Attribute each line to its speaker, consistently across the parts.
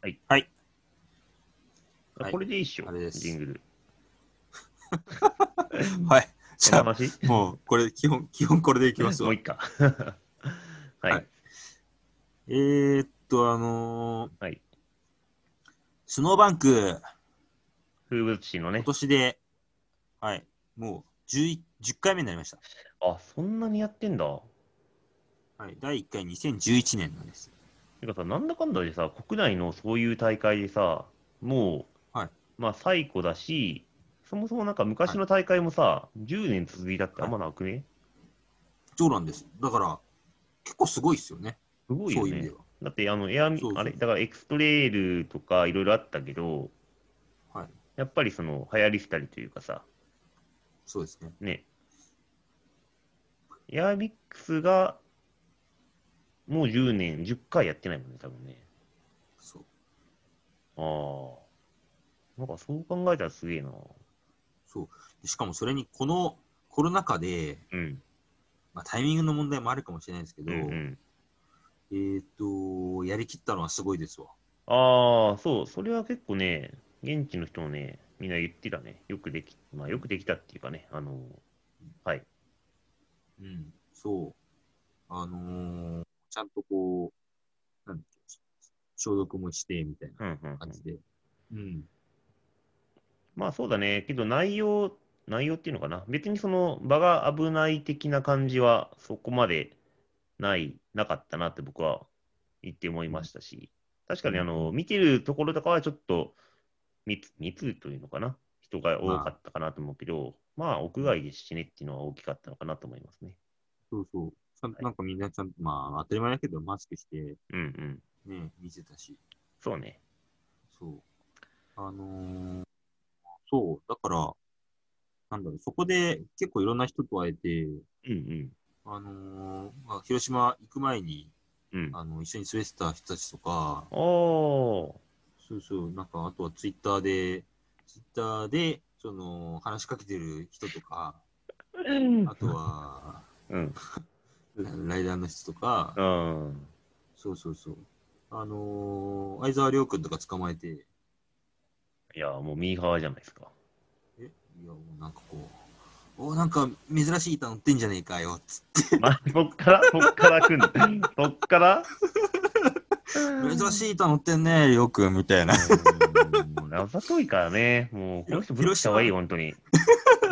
Speaker 1: はい。
Speaker 2: はい。
Speaker 1: あこれでいいっしょ、
Speaker 2: あれです
Speaker 1: ジングル。
Speaker 2: はい。
Speaker 1: そ
Speaker 2: じ
Speaker 1: の
Speaker 2: ゃ
Speaker 1: 話
Speaker 2: あ、もう、これ、基本、基本これでいきます
Speaker 1: も
Speaker 2: わ
Speaker 1: うい。いか。 はい。
Speaker 2: はいえー、っと、あのー
Speaker 1: はい
Speaker 2: スノーバンク、
Speaker 1: 風物詩のね
Speaker 2: 今。年で、はい、もう 10, 10回目になりました。
Speaker 1: あ、そんなにやってんだ。
Speaker 2: はい、第1回2011年なんです。
Speaker 1: てかさ、なんだかんだでさ、国内のそういう大会でさ、もう、
Speaker 2: はい
Speaker 1: まあ最古だし、そもそもなんか昔の大会もさ、10年続いたってあんまなくね、
Speaker 2: そうなんです。だから、結構すごいですよね。
Speaker 1: すごい
Speaker 2: そ
Speaker 1: よ
Speaker 2: ういう意味で
Speaker 1: ね。
Speaker 2: は。
Speaker 1: だってあのエアミ
Speaker 2: そうそう
Speaker 1: あれ、だからエクストレイルとかいろいろあったけど、
Speaker 2: はい、
Speaker 1: やっぱりその流行りしたりというかさ、
Speaker 2: そうですね。
Speaker 1: ね。エアミックスがもう10年、10回やってないもんね、多分ね。
Speaker 2: そう
Speaker 1: ああ。なんかそう考えたらすげえな。
Speaker 2: でしかもそれに、このコロナ禍で、
Speaker 1: うん。
Speaker 2: まあ、タイミングの問題もあるかもしれないですけ
Speaker 1: う
Speaker 2: ど、
Speaker 1: んうん。
Speaker 2: えーっと、やりきったのはすごいですわ。
Speaker 1: ああ、そう、それは結構ね、現地の人もね、みんな言ってたね。よくでき、まあよくできたっていうかね、あの、はい。
Speaker 2: うん、そう。あのーちゃんとこう、なんだっけ、消毒もして、みたいな
Speaker 1: うんうん、うん。
Speaker 2: 感じで。うん。
Speaker 1: まあそうだね、けど内容、内容っていうのかな、別にその場が危ない的な感じはそこまでない、なかったなって僕は言って思いましたし、確かにあの見てるところとかはちょっと密密というのかな、人が多かったかなと思うけど、まあ屋外で死ねっていうのは大きかったのかなと思いますね。
Speaker 2: そうそう。ちゃん
Speaker 1: はい
Speaker 2: となんかみんなちゃんと、まあ当たり前だけど、マスクして、
Speaker 1: うんうん、
Speaker 2: ね、見てたし。
Speaker 1: そうね。
Speaker 2: そう。あのーそう。だから、なんだろう、そこで結構いろんな人と会えて、
Speaker 1: うん
Speaker 2: あのーまあ、広島行く前に、
Speaker 1: うん。うん、あ
Speaker 2: あの、一緒に滑ってた人たちとか、
Speaker 1: あー、
Speaker 2: そうそう、なんか、あとはツイッターで、ツイッターで、その、話しかけてる人とか、あとは、
Speaker 1: うん、
Speaker 2: ライダーの人とか、
Speaker 1: うん。
Speaker 2: そうそうそう。あのー、相沢亮君とか捕まえて、
Speaker 1: いや、もうミーハーじゃないですか。
Speaker 2: え、いや、もうなんかこう、おなんか珍しい板乗ってんじゃねえかよ、つって。
Speaker 1: まあ、そっから、そっから来んの。そっから
Speaker 2: 珍
Speaker 1: い。
Speaker 2: しい板乗ってんね、亮君、みたいな。
Speaker 1: もう謎遠いからね。もう、この人ブロックした方がいい、
Speaker 2: 広
Speaker 1: 本当に。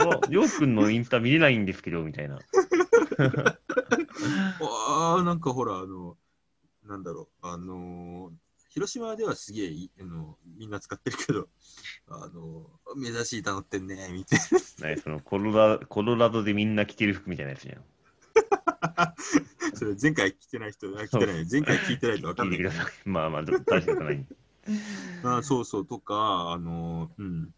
Speaker 1: うわりょうくんのインスタ見れないんですけど、みたいな。
Speaker 2: あー、なんかほら、あの、なんだろう、あのー、広島ではすげえい、あの、みんな使ってるけど、あのー、珍しい板乗ってんね、みたいな。
Speaker 1: ね、そのコロラ、コロラドでみんな着てる服みたいなやつじゃん。
Speaker 2: それ前回聞いてない人、あ聞いてない、前回聞いてないと分か
Speaker 1: 聞
Speaker 2: ん
Speaker 1: い
Speaker 2: な
Speaker 1: てく
Speaker 2: い。
Speaker 1: ださい。まあまあ、ど大したこと ない。
Speaker 2: あそうそう、とか、あの、うん。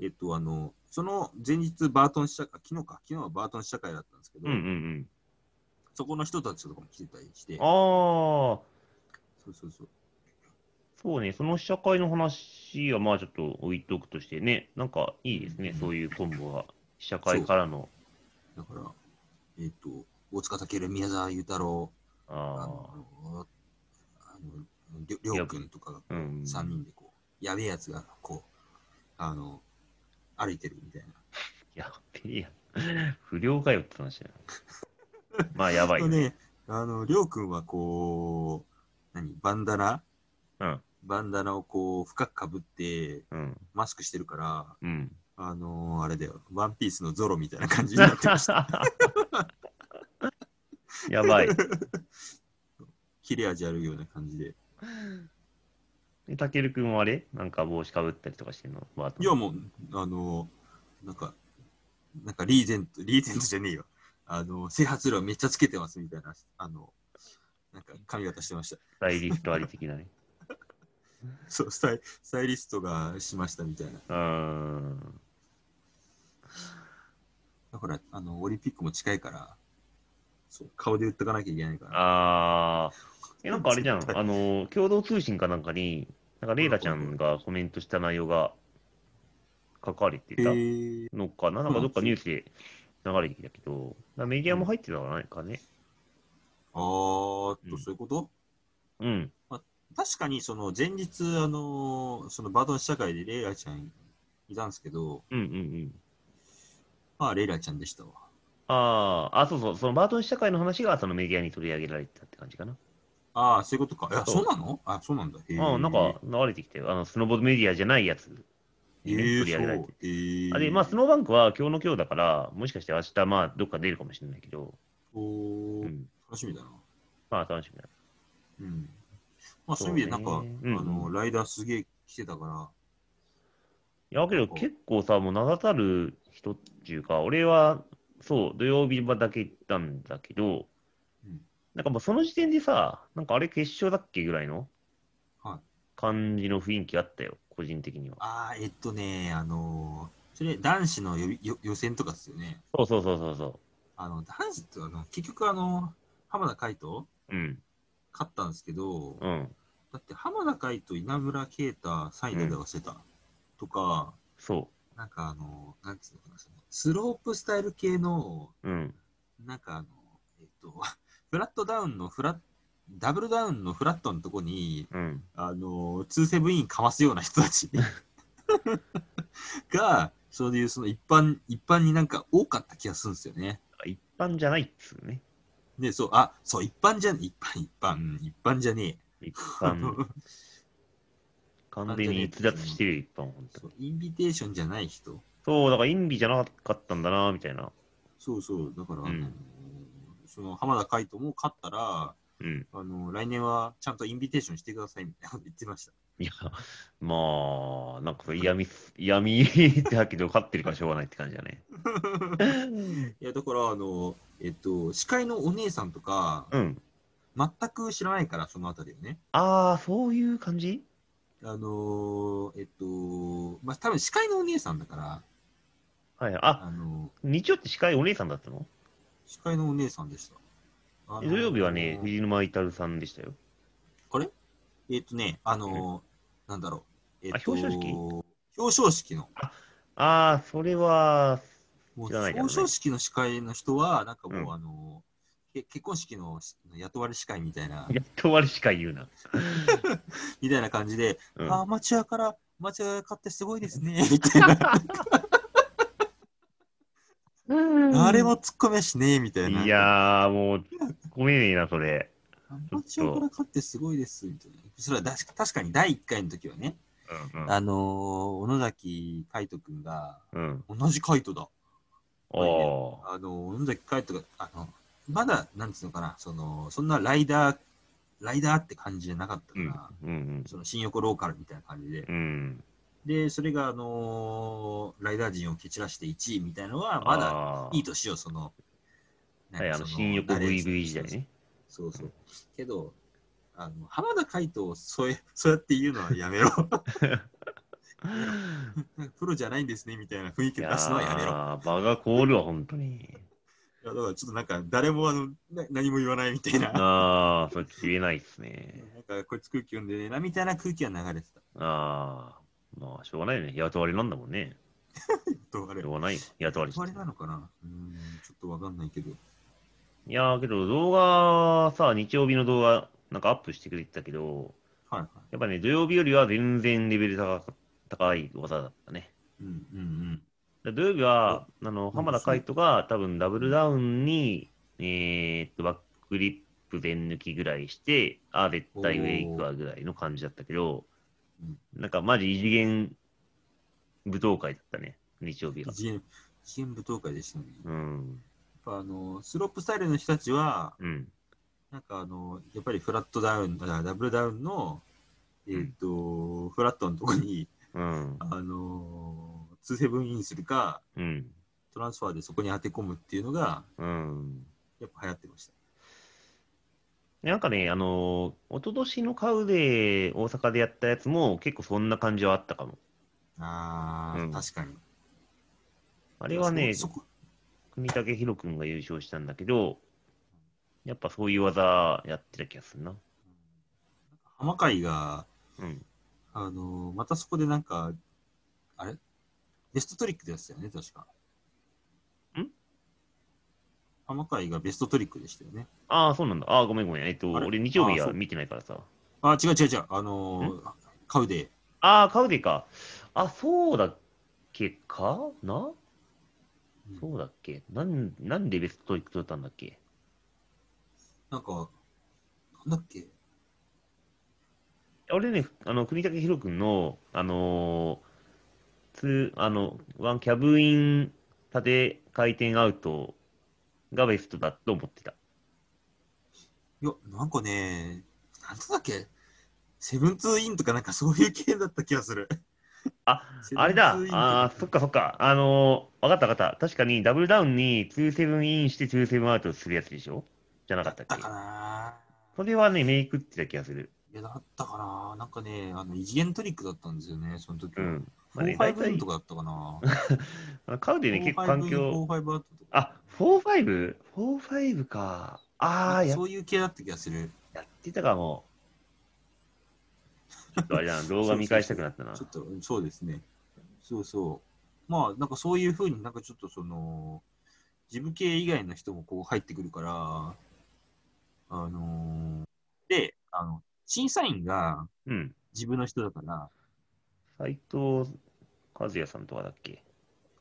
Speaker 2: えっと、あの、その前日、バートン試写会、昨日か、昨日はバートン試写会だったんですけど、
Speaker 1: うんうん
Speaker 2: そこの人たちとかも来てたりして
Speaker 1: うん。、ああ、
Speaker 2: そうそうそう。
Speaker 1: そうね、その試写会の話はまあちょっと置いとくとしてね、なんかいいですね、そういうコンボが。試写会からの。
Speaker 2: だから、えっと、大塚健、宮沢裕太郎、あ
Speaker 1: ああ。
Speaker 2: の、あのりょりょうくんとかが
Speaker 1: うん
Speaker 2: 3人でこう、やべえやつが、こう、あの、歩いてるみたいな。
Speaker 1: やべえや。不良かよって話 だよ。まあ、やばい
Speaker 2: あ
Speaker 1: よ
Speaker 2: の
Speaker 1: ね。
Speaker 2: ね、あの、りょうくんはこう、何、バンダナ
Speaker 1: うん
Speaker 2: バンダナをこう、深くかぶって、
Speaker 1: うん。
Speaker 2: マスクしてるから、
Speaker 1: うん。
Speaker 2: あのーあれだよ、ワンピースのゾロみたいな感じにな ってました。
Speaker 1: やばい。
Speaker 2: 切れ味あるような感じで。
Speaker 1: えたけるくんはあれなんか帽子かぶったりとかしてんのバートン
Speaker 2: いや、もう、あのーなんか、なんかリーゼント、リーゼントじゃねえよ。あのー、整髪料めっちゃつけてますみたいな、あのなんか髪型してました。
Speaker 1: スタイリストあり的 なね。
Speaker 2: そう、スタイスタイリストがしましたみたいな。
Speaker 1: うーん。
Speaker 2: だから、あの、オリンピックも近いから、そう、顔で言っとかなきゃいけないから。
Speaker 1: あー。え、なんかあれじゃ
Speaker 2: 絶対
Speaker 1: ん。あの、共同通信かなんかに、なんかレイラちゃんがコメントした内容が書かれて
Speaker 2: へ
Speaker 1: た
Speaker 2: ー
Speaker 1: のかななんかどっかニュースで流れてきたけど、なんかメディアも入ってたのかね。
Speaker 2: ああーっ
Speaker 1: う
Speaker 2: と、
Speaker 1: ん
Speaker 2: そういうこと、
Speaker 1: うん。
Speaker 2: 確かに、その前日、あのーそのバートン試写会でレイラちゃんいたんですけど、
Speaker 1: うんうんうん。
Speaker 2: まあ、レイラちゃんでしたわ。
Speaker 1: ああ、あ、そうそう、そのバートン試写会の話がそのメディアに取り上げられてたって感じかな。
Speaker 2: ああ、そういうことか。いや、
Speaker 1: そ
Speaker 2: そううなのあそうなんだ。へー
Speaker 1: ああ、なんか、流れてきて、あのスノーボードメディアじゃないやつ
Speaker 2: へ
Speaker 1: にね、
Speaker 2: え
Speaker 1: 取り上げられて
Speaker 2: そう。へー
Speaker 1: あれ、まあ、スノーバンクは今日の今日だから、もしかして明日、まあ、どっか出るかもしれないけど、
Speaker 2: お
Speaker 1: う
Speaker 2: ー
Speaker 1: ん、
Speaker 2: 楽しみだな。
Speaker 1: まあ、楽しみだ。
Speaker 2: うん。まあ、そういう意味で、なん
Speaker 1: そ
Speaker 2: か、
Speaker 1: うね
Speaker 2: あ
Speaker 1: うん
Speaker 2: の
Speaker 1: うん
Speaker 2: ライダーすげえ来てたから、
Speaker 1: いや、けど結構さ、もう名だたる人っていうか、俺は、そう、土曜日場だけ行ったんだけど、
Speaker 2: うん
Speaker 1: なんかもうその時点でさ、なんかあれ決勝だっけぐらいの
Speaker 2: はい
Speaker 1: 感じの雰囲気あったよ、個人的には。
Speaker 2: ああ、えっとね、あのーそれ、男子の予備予予選とかですよね。
Speaker 1: そうそうそうそうそ
Speaker 2: あの、男子って、あの、結局、あの、浜田海斗
Speaker 1: う。うん、
Speaker 2: 勝ったんですけど、
Speaker 1: うん、
Speaker 2: だって浜田海斗、稲村啓太、3位で出してた、とか、
Speaker 1: そ
Speaker 2: なんかあの、なんつうのかな、そのスロープスタイル系の、
Speaker 1: う、うん、
Speaker 2: なんかあの、えっと、フラットダウンのフラッダブルダウンのフラットのとこに、
Speaker 1: うん、
Speaker 2: あの、2セブインかますような人たちが、そういうその一般、一般になんか多かった気がするんですよね。
Speaker 1: 一般じゃないっつうね。
Speaker 2: で、そう、あ、そう、一般じゃ、一般、一般、一般じゃねえ。
Speaker 1: 一般、 完全に逸脱してるよ、一般、本当
Speaker 2: そ
Speaker 1: に。
Speaker 2: うインビテーションじゃない人。
Speaker 1: そう、だから、インビじゃなかったんだな、みたいな。
Speaker 2: そうそう、だから、
Speaker 1: うん
Speaker 2: あのその浜田海斗も勝ったら、
Speaker 1: うん。
Speaker 2: あの来年はちゃんとインビテーションしてくださいみたいなこと言ってました。
Speaker 1: いや、まあ、なんかそれ嫌みっす、嫌みだけど、勝 ってるからしょうがないって感じ だね。
Speaker 2: いや、だから、あの、えっと、司会のお姉さんとか、
Speaker 1: うん。
Speaker 2: 全く知らないから、そのあたりをね。
Speaker 1: ああ、そういう感じ
Speaker 2: あのーえっと、まあ、多分司会のお姉さんだから、
Speaker 1: はいはい。あ、
Speaker 2: あの
Speaker 1: 日曜って司会お姉さんだったの
Speaker 2: 司会のお姉さんでした。あの
Speaker 1: 土
Speaker 2: ー
Speaker 1: 曜日はね、藤沼いたるさんでしたよ。
Speaker 2: えっとね、あのーなんだろう。えっと、
Speaker 1: あ表彰式
Speaker 2: 表彰式の。
Speaker 1: ああ、それは、
Speaker 2: もう
Speaker 1: 知らないからね
Speaker 2: 表彰式の司会の人は、なんかもう、
Speaker 1: うん
Speaker 2: あのけ結婚式のし雇われ司会みたいな、
Speaker 1: やっと終わりしか言うな。
Speaker 2: みたいな感じで、
Speaker 1: うん。
Speaker 2: あアマチュアから、アマチュア買ってすごいですね、みたいな、 誰も突っ込めしねえ、みたいな。
Speaker 1: いやー、もう、ごめんねえな、それ。
Speaker 2: アマチュアから買ってすごいです、みたいな。それはだし確かに第1回の時はね、
Speaker 1: うんうん。
Speaker 2: あのー小野崎海斗くんが、
Speaker 1: うん。
Speaker 2: 同じ海斗だ。
Speaker 1: あー
Speaker 2: あの、小野崎海斗が、あの、まだ、なんつうのかな、その、そんなライダー、ライダーって感じじゃなかった
Speaker 1: う
Speaker 2: から、
Speaker 1: ん。うん
Speaker 2: その新横ローカルみたいな感じで
Speaker 1: う。ん。うん。
Speaker 2: で、それが、あのーライダー陣を蹴散らして1位みたいなのは、まだ
Speaker 1: だ
Speaker 2: いい年よ、その、なん
Speaker 1: はい、
Speaker 2: か
Speaker 1: あ
Speaker 2: そ
Speaker 1: の、新横
Speaker 2: ナレーション
Speaker 1: VV 時代ね。
Speaker 2: そうそう。けど、あの浜田海斗をそう やそうやって言うのはや めろ。なんかプロじゃないんですねみたいな雰囲気を出すのはやめろ。いや
Speaker 1: ー場が凍るわ、本 当に。
Speaker 2: だからちょっとなんか誰もあのな何も言わないみたいな。なん
Speaker 1: ああ、それ消えないっすね。
Speaker 2: かこいつ空気読んでねえなみたいな空気は流れてた。
Speaker 1: ああ、まあ、しょうがないよね。雇われなんだもんね。
Speaker 2: どうあれ
Speaker 1: しょうがないよ。雇われっす
Speaker 2: あれなのかなうん、ちょっとわかんないけど。
Speaker 1: いやー、けど動画、さ、日曜日の動画、なんかアップしてくれてたけど、
Speaker 2: はいは
Speaker 1: やっぱね、土曜日よりは全然レベル高か高い技だったね。
Speaker 2: い。うんうんうん。
Speaker 1: だ土曜日は、あの、浜田海斗が多分ダブルダウンに、えーっと、バックグリップ全抜きぐらいして、ああ、絶対上行くわぐらいの感じだったけど
Speaker 2: おーうん、
Speaker 1: なんかマジ異次元舞踏会だったね、日曜日が。
Speaker 2: 一円一円舞踏会でしたね。やっ
Speaker 1: うん。
Speaker 2: ぱあの、スロープスタイルの人たちは、
Speaker 1: うん。
Speaker 2: なんかあの、やっぱりフラットダウン、あダブルダウンの、えーっ、と、フラットのとこに、
Speaker 1: うん。
Speaker 2: あのー、2セブンインするか、
Speaker 1: うん。
Speaker 2: トランスファーでそこに当て込むっていうのが、
Speaker 1: うん。
Speaker 2: やっぱ流行ってました。
Speaker 1: なんかね、あのー、一昨年のカウで大阪でやったやつも結構そんな感じはあったかも。
Speaker 2: あー、
Speaker 1: うん
Speaker 2: 確かに。
Speaker 1: あれはね、
Speaker 2: そこ、
Speaker 1: 組竹ひろくんが優勝したんだけど、やっぱそういう技やってた気がするな。
Speaker 2: 浜海が、
Speaker 1: うん。
Speaker 2: あのーまたそこでなんか、あれベストトリックでしたよね、確か。
Speaker 1: ん
Speaker 2: 浜海がベストトリックでしたよね。
Speaker 1: ああ、そうなんだ。ああ、ごめんごめん。えっと、
Speaker 2: あれ
Speaker 1: 俺日曜日
Speaker 2: あーそ
Speaker 1: は
Speaker 2: う
Speaker 1: 見てないからさ。
Speaker 2: あ、違う違う違う。あのー、カウデ
Speaker 1: ああ、カウディか。あ、そうだっけかな
Speaker 2: うん
Speaker 1: そうだっけなんなんでベストトリック取ったんだっけ
Speaker 2: なんか、なんだっけ
Speaker 1: 俺ね、あの、国武宏君の、あのー、ツー、あの、ワンキャブイン縦回転アウトがベストだと思ってた。
Speaker 2: いや、なんかね、なんだっけセブンツーインとかなんかそういう系だった気がする。
Speaker 1: あ、
Speaker 2: セブンツーイン
Speaker 1: あれだ、
Speaker 2: とか
Speaker 1: あーそっかそっか、あのー、わかったわかった、確かにダブルダウンに27インして27アウトするやつでしょじゃなかったっ
Speaker 2: だ
Speaker 1: け
Speaker 2: かな
Speaker 1: それはね、メイクってた気がする。
Speaker 2: いや、だったかななんかね、あの、異次元トリックだったんですよね、その時
Speaker 1: う
Speaker 2: は。
Speaker 1: ん。
Speaker 2: フ
Speaker 1: まあ
Speaker 2: ォ
Speaker 1: ね
Speaker 2: ーファイブイ
Speaker 1: 大体
Speaker 2: ンとかだったかな
Speaker 1: あのカウでね、結構環
Speaker 2: フォ
Speaker 1: 境
Speaker 2: ー、ファイブアウトとか。
Speaker 1: あ、4-5?4-5 4-5か。あ
Speaker 2: な
Speaker 1: あ、
Speaker 2: んか
Speaker 1: や
Speaker 2: そういう系だった気がする。
Speaker 1: やってたかも。ちょっと あれだな、動画見返したくなったな
Speaker 2: ち。ょっと、うんそうですね。そうそう。まあ、なんかそういうふうになんかちょっとその、事務系以外の人もこう入ってくるから、あのーで、あの、審査員が
Speaker 1: うん。
Speaker 2: 自分の人だから、
Speaker 1: 斎藤和也さんとかだっけ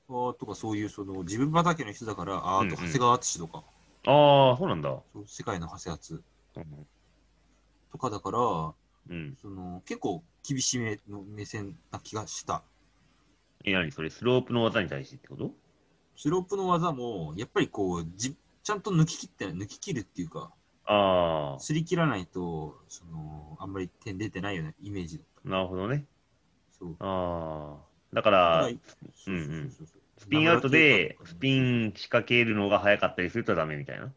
Speaker 2: あーとかそういうその自分畑の人だから、あーあと
Speaker 1: うんうん
Speaker 2: 長谷川敦とか、
Speaker 1: ああ、そうなんだ。
Speaker 2: そう世界の長谷敦
Speaker 1: うん。
Speaker 2: とかだから、
Speaker 1: うん、
Speaker 2: その結構厳しめの目線な気がした。
Speaker 1: え、何それ、スロープの技に対してってこと
Speaker 2: スロープの技も、やっぱりこう、じちゃんと抜き切って、抜き切るっていうか、
Speaker 1: あ
Speaker 2: 擦り切らないと、その、あんまり点出てないようなイメージだっ
Speaker 1: あ、なるほどね。
Speaker 2: た。そう。
Speaker 1: ああ、だから、
Speaker 2: そうそうそうそう
Speaker 1: スピンアウトでス
Speaker 2: ン。
Speaker 1: ピン仕掛けるのが早かったりするとダメみたいな。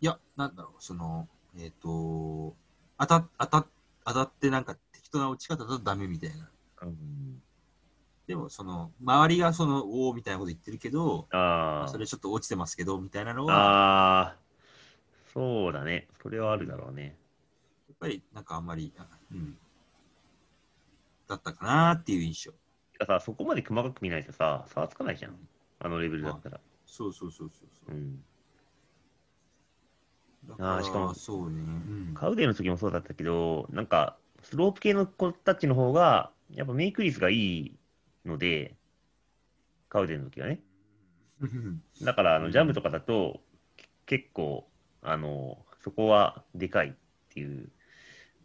Speaker 2: いや、なんだろう、その、えっ、と、当た、当た、当たってなんか適当な落ち方だとダメみたいな。でも、その、周りがその、おーみたいなこと言ってるけど、
Speaker 1: あ
Speaker 2: それちょっと落ちてますけど、みたいなの
Speaker 1: あ、
Speaker 2: は、
Speaker 1: ああ、そうだね。それはあるだろうね。
Speaker 2: やっぱりなんかあんまり、あうん、だったかなっていう印象。
Speaker 1: てかさ、そこまで細かく見ないとさ、差はつかないじゃん。あのレベルだったら。
Speaker 2: そうそうそうそうそうう。
Speaker 1: ん。
Speaker 2: だ
Speaker 1: あーしかも
Speaker 2: そうね。うん、
Speaker 1: カウデの時もそうだったけど、なんか、スロープ系の子たちの方が、やっぱメイク率がいいので、カウデの時はね。だから、あ
Speaker 2: う
Speaker 1: の
Speaker 2: ん
Speaker 1: ジャムとかだと、け結構、あの、そこはでかいっていう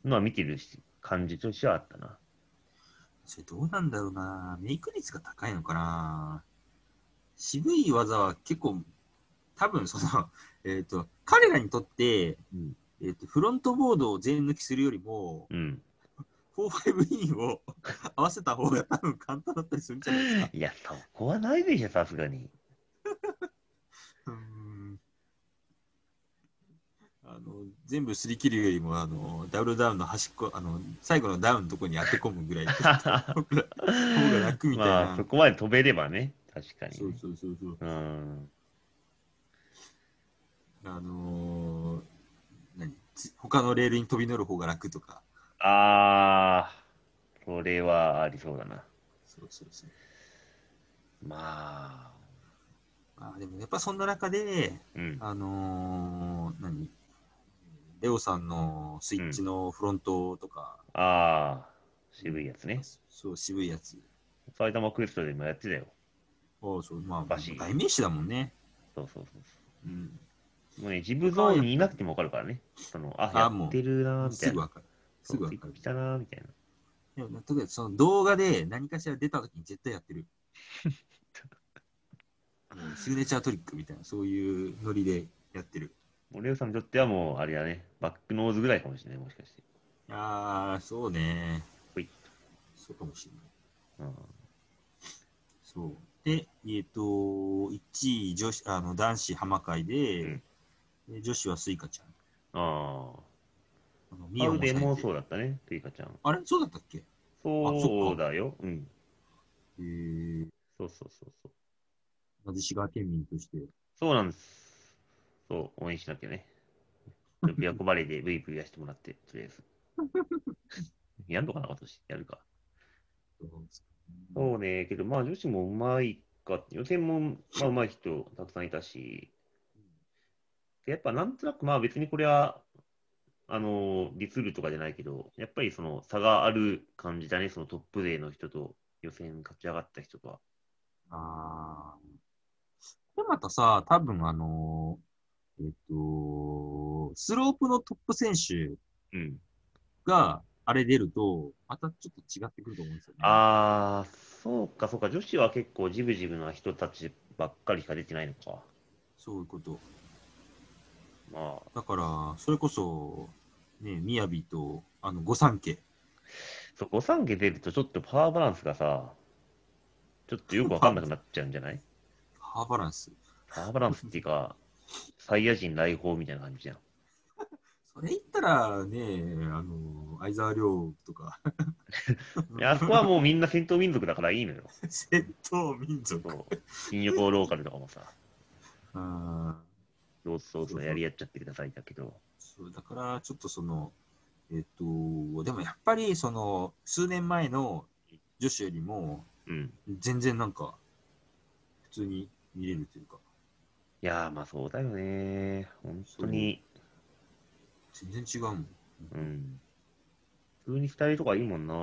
Speaker 1: のは見てるし感じとしてはあったな。
Speaker 2: それどうなんだろうな。メイク率が高いのかな。渋い技は結構、多分その、 えっ、と、彼らにとって、
Speaker 1: うん
Speaker 2: えっとフロントボードを全抜きするよりも、
Speaker 1: うん。
Speaker 2: 45インを合わせた方が多分簡単だったりするんじゃないですか。
Speaker 1: いや、そこはないでしょ、さすがに。
Speaker 2: うーんあの全部擦り切るよりもあのダブルダウンの端っこあの最後のダウンのとこに当て込むぐ らい僕ら方が楽みたいな
Speaker 1: まあ、そこまで飛べればね、確かにね。
Speaker 2: そうそうそうそう
Speaker 1: うん。
Speaker 2: あのー何つ他のレールに飛び乗る方が楽とか
Speaker 1: あー、それはありそうだな。
Speaker 2: そうそうそう
Speaker 1: まあ、
Speaker 2: あでもやっぱそんな中で
Speaker 1: うん。
Speaker 2: あのー何レオさんのスイッチのフロントとか、
Speaker 1: あー、渋いやつね。
Speaker 2: そう渋いやつ
Speaker 1: 埼玉クエストでもやってたよ。
Speaker 2: おそうまあ
Speaker 1: バシ
Speaker 2: 代名詞だもんね
Speaker 1: そうそうそうそう。
Speaker 2: うん
Speaker 1: もうね、ジブゾーンにいなくても分かるからね。そのあ、
Speaker 2: あ
Speaker 1: や
Speaker 2: もう
Speaker 1: ってるなーみた
Speaker 2: す
Speaker 1: い
Speaker 2: ぐ
Speaker 1: な。
Speaker 2: わかるすぐわかる
Speaker 1: 来たなーみたいな。
Speaker 2: でもね特にその動画で何かしら出たときに絶対や ってる。うんシグネチャートリックみたいな、そういうノリでやってる。
Speaker 1: もうレオさんにとってはもう、あれだね、バックノーズぐらいかもしれない、もしかして。
Speaker 2: ああ、そうね。
Speaker 1: ほい。
Speaker 2: そうかもしれない。
Speaker 1: うん、
Speaker 2: そう。で、えっ、と、1位女子、あの男子浜会で、で女子はスイカちゃん。あ
Speaker 1: あ
Speaker 2: の
Speaker 1: あ。
Speaker 2: ミ
Speaker 1: パ
Speaker 2: オ
Speaker 1: ウデも
Speaker 2: 抑えて
Speaker 1: そうだったね、トイカちゃん。
Speaker 2: あれそうだったっけへ
Speaker 1: そうだよ。うん。
Speaker 2: え。
Speaker 1: そうそうそうそう。
Speaker 2: 同じ滋賀県民として。
Speaker 1: そうなんです。そう、応援しなきゃね。琵琶湖バレーで V ブイやしてもらって、とりあえず。 やんのかな、私。やるか。
Speaker 2: そう
Speaker 1: そうね、けどまあ女子もうまいが、予選も、まあ、上手い人たくさんいたし、でやっぱなんとなく、まあ別にこれは、あの、ディスるとかじゃないけど、やっぱりその差がある感じだね、そのトップ勢の人と、予選勝ち上がった人とは。
Speaker 2: あーで、またさ、多分あのーえっと、スロープのトップ選手
Speaker 1: うん。
Speaker 2: が、あれ出ると、またちょっと違ってくると思うんですよね。
Speaker 1: あー、そうか、そうか、女子は結構ジブジブな人たちばっかりしか出てないのか。
Speaker 2: そういうこと。
Speaker 1: まあ、
Speaker 2: だから、それこそ、ね、みやびと、あの、御三家。
Speaker 1: そう、御三家出るとちょっとパワーバランスがさ、ちょっとよくわかんなくなっちゃうんじゃない
Speaker 2: ハーバランス。
Speaker 1: パワーバランスっていうか、サイヤ人来訪みたいな感じじゃん。
Speaker 2: それ言ったら、ね、あの、相沢亮とか。
Speaker 1: いやあそこはもうみんな戦闘民族だからいいのよ。
Speaker 2: 戦闘民族。
Speaker 1: そう新横ローカルとかもさ、
Speaker 2: あー
Speaker 1: ローズローズのやり合っちゃってくださいだけど、
Speaker 2: そうだから、ちょっとその、えっと、でもやっぱり、その、数年前の女子よりも、
Speaker 1: うん。
Speaker 2: 全然なんか、普通に見れるというか、
Speaker 1: いやー、まあそうだよね。本当に、
Speaker 2: 全然違うもん。
Speaker 1: うん。普通に二人とかいいもんな。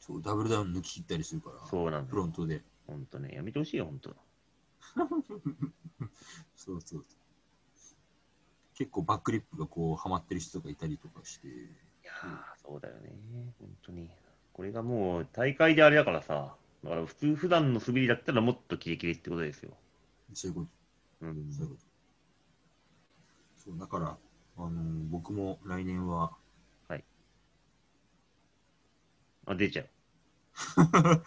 Speaker 2: そう、ダブルダウン抜き切ったりするから、
Speaker 1: そうなんだ
Speaker 2: フロントで。
Speaker 1: 本当ね、やめてほしいよ、本当。
Speaker 2: そうそう。結構バックリップがこう、ハマってる人がいたりとかして。
Speaker 1: いやー、そうだよね、本当に。これがもう大会であれだからさ、だから普通、普段の滑りだったらもっとキレキレってことですよ。
Speaker 2: そういうこと、
Speaker 1: うん。
Speaker 2: そういうこと。そう、だから、あのー僕も来年は、
Speaker 1: あ、出ちゃう。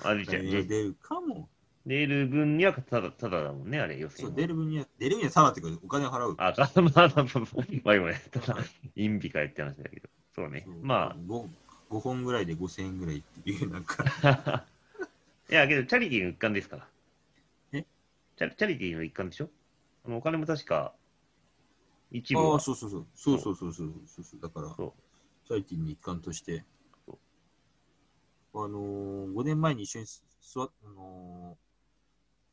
Speaker 1: あ、出ち ゃ
Speaker 2: 来年
Speaker 1: う。で
Speaker 2: 出るかも。
Speaker 1: 出る分にはただ、ただだもんね、あれ、予選
Speaker 2: そ
Speaker 1: は
Speaker 2: う、出る分には、出る分にはさらってくる。お金払う。
Speaker 1: あ、カスタマーさん、まあ今ね、ただ、インビかやって話だけど。そうね
Speaker 2: そう。
Speaker 1: ま
Speaker 2: 5、5本ぐらいで5000円ぐらいっていう、なんか、
Speaker 1: あ。 いや、けど、チャリティーの一環ですから。
Speaker 2: え
Speaker 1: チャチャリティーの一環でしょあのお金も確か、一部
Speaker 2: ああ、
Speaker 1: は。
Speaker 2: そうそうそう。そうそうそうそうそうそう。だから、
Speaker 1: そ
Speaker 2: チャリティーに一環として。
Speaker 1: そう
Speaker 2: あのー、5年前に一緒にす座っ、あのー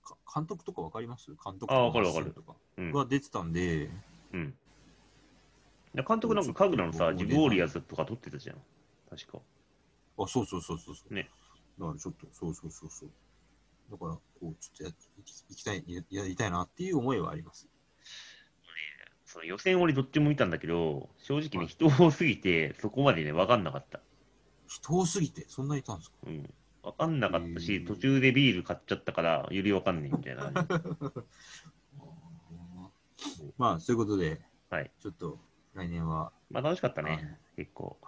Speaker 2: か監督とかわかります監督と
Speaker 1: あーわかるわかる
Speaker 2: アシスタントと
Speaker 1: う。うん。
Speaker 2: が出てたんで、
Speaker 1: うん。で監督なんか、神楽のさ、
Speaker 2: そう
Speaker 1: ジブウォリアーズとか撮ってたじゃん。確か。
Speaker 2: あ、そうそうそうそうそう。
Speaker 1: ね。
Speaker 2: だからちょっと、そうそうそうそう。だから、こう、ちょっとや行きたい、ややりたいなっていう思いはあります。
Speaker 1: その予選俺どっちも見たんだけど、正直ね、人多すぎて、そこまでね、わかんなかった。
Speaker 2: 人多すぎて、そんなにいたんですか
Speaker 1: うん。わかんなかった
Speaker 2: へ
Speaker 1: し、
Speaker 2: ー
Speaker 1: 途中でビール買っちゃったから、よりわかんねえみたいな感じ。
Speaker 2: まあ、そういうことで、
Speaker 1: はい。
Speaker 2: ちょっと来年は、
Speaker 1: まあ楽しかった
Speaker 2: あ
Speaker 1: ね
Speaker 2: の、
Speaker 1: 結構。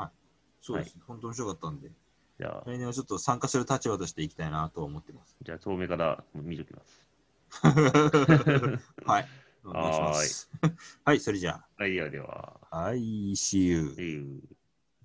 Speaker 2: そうです、本当面白かったんで、
Speaker 1: じゃあ、
Speaker 2: 来年はちょっと参加する立場としていきたいなとは思って ます。
Speaker 1: じゃあ遠目から見ときます。
Speaker 2: はい。 お願いします。はい、それじゃ
Speaker 1: はい、ではでは。
Speaker 2: あ、はい、See you.
Speaker 1: っていう